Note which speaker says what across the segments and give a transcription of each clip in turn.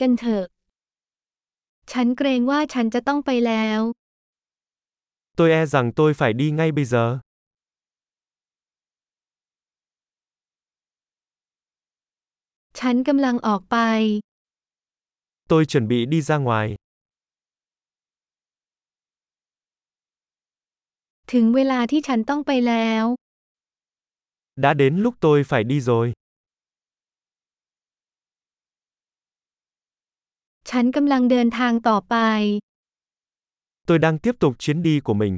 Speaker 1: กันเถอะ ฉันเกรงว่าฉันจะต้องไปแล้ว
Speaker 2: Tôi e rằng tôi phải đi ngay bây giờ.
Speaker 1: ฉันกำลังออกไป
Speaker 2: Tôi chuẩn bị đi ra ngoài.
Speaker 1: ถึงเวลาที่ฉันต้องไปแล้ว
Speaker 2: Đã đến lúc tôi phải đi rồi.
Speaker 1: ฉันกำลังเดินทางต่อไป
Speaker 2: Tôi đang tiếp tục chuyến đi của mình.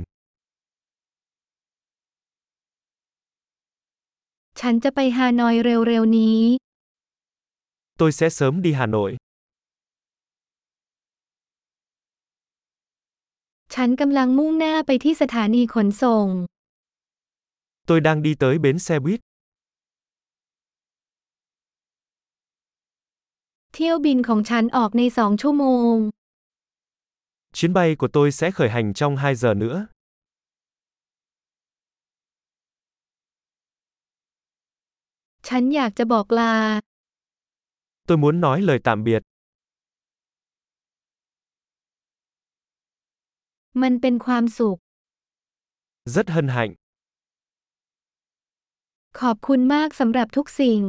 Speaker 1: ฉันจะไปฮานอยเร็วๆนี้
Speaker 2: Tôi sẽ sớm đi Hà Nội.
Speaker 1: ฉันกำลังมุ่งหน้าไปที่สถานีขนส่ง
Speaker 2: Tôi đang đi tới bến xe buýt.
Speaker 1: เที่ยวบินของฉันออกในสองชั่วโมง
Speaker 2: Chuyến bay của tôi sẽ khởi hành trong 2 giờ nữa.
Speaker 1: ฉันอยากจะบอกลา
Speaker 2: Tôi muốn nói lời tạm biệt.
Speaker 1: มันเป็นความสุข
Speaker 2: Rất hân hạnh.
Speaker 1: ขอบคุณมากสำหรับทุกสิ่ง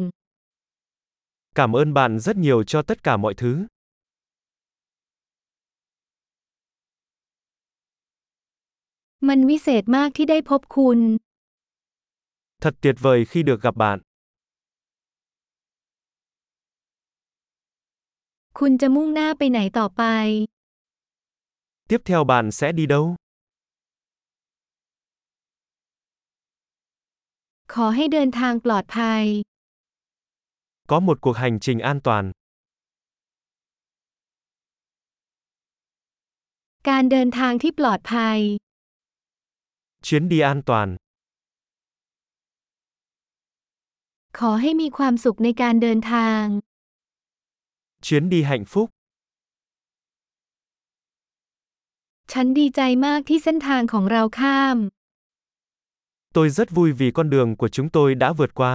Speaker 2: Cảm ơn bạn rất nhiều cho tất cả mọi thứ.
Speaker 1: มันวิเศษมากที่ได้พบคุณ
Speaker 2: Thật tuyệt vời khi được gặp bạn.
Speaker 1: คุณจะมุ่งหน้าไปไหนต่อไป
Speaker 2: Tiếp theo bạn sẽ đi đâu?
Speaker 1: ขอให้เดินทางปลอดภัย
Speaker 2: Có một cuộc hành trình an toàn.
Speaker 1: การเดินทางที่ปลอดภัย
Speaker 2: Chuyến đi an toàn.
Speaker 1: ขอให้มีความสุขในการเดินทาง
Speaker 2: Chuyến đi hạnh phúc.
Speaker 1: ฉันดีใจมากที่เส้นทางของเราข้าม
Speaker 2: Tôi rất vui vì con đường của chúng tôi đã vượt qua.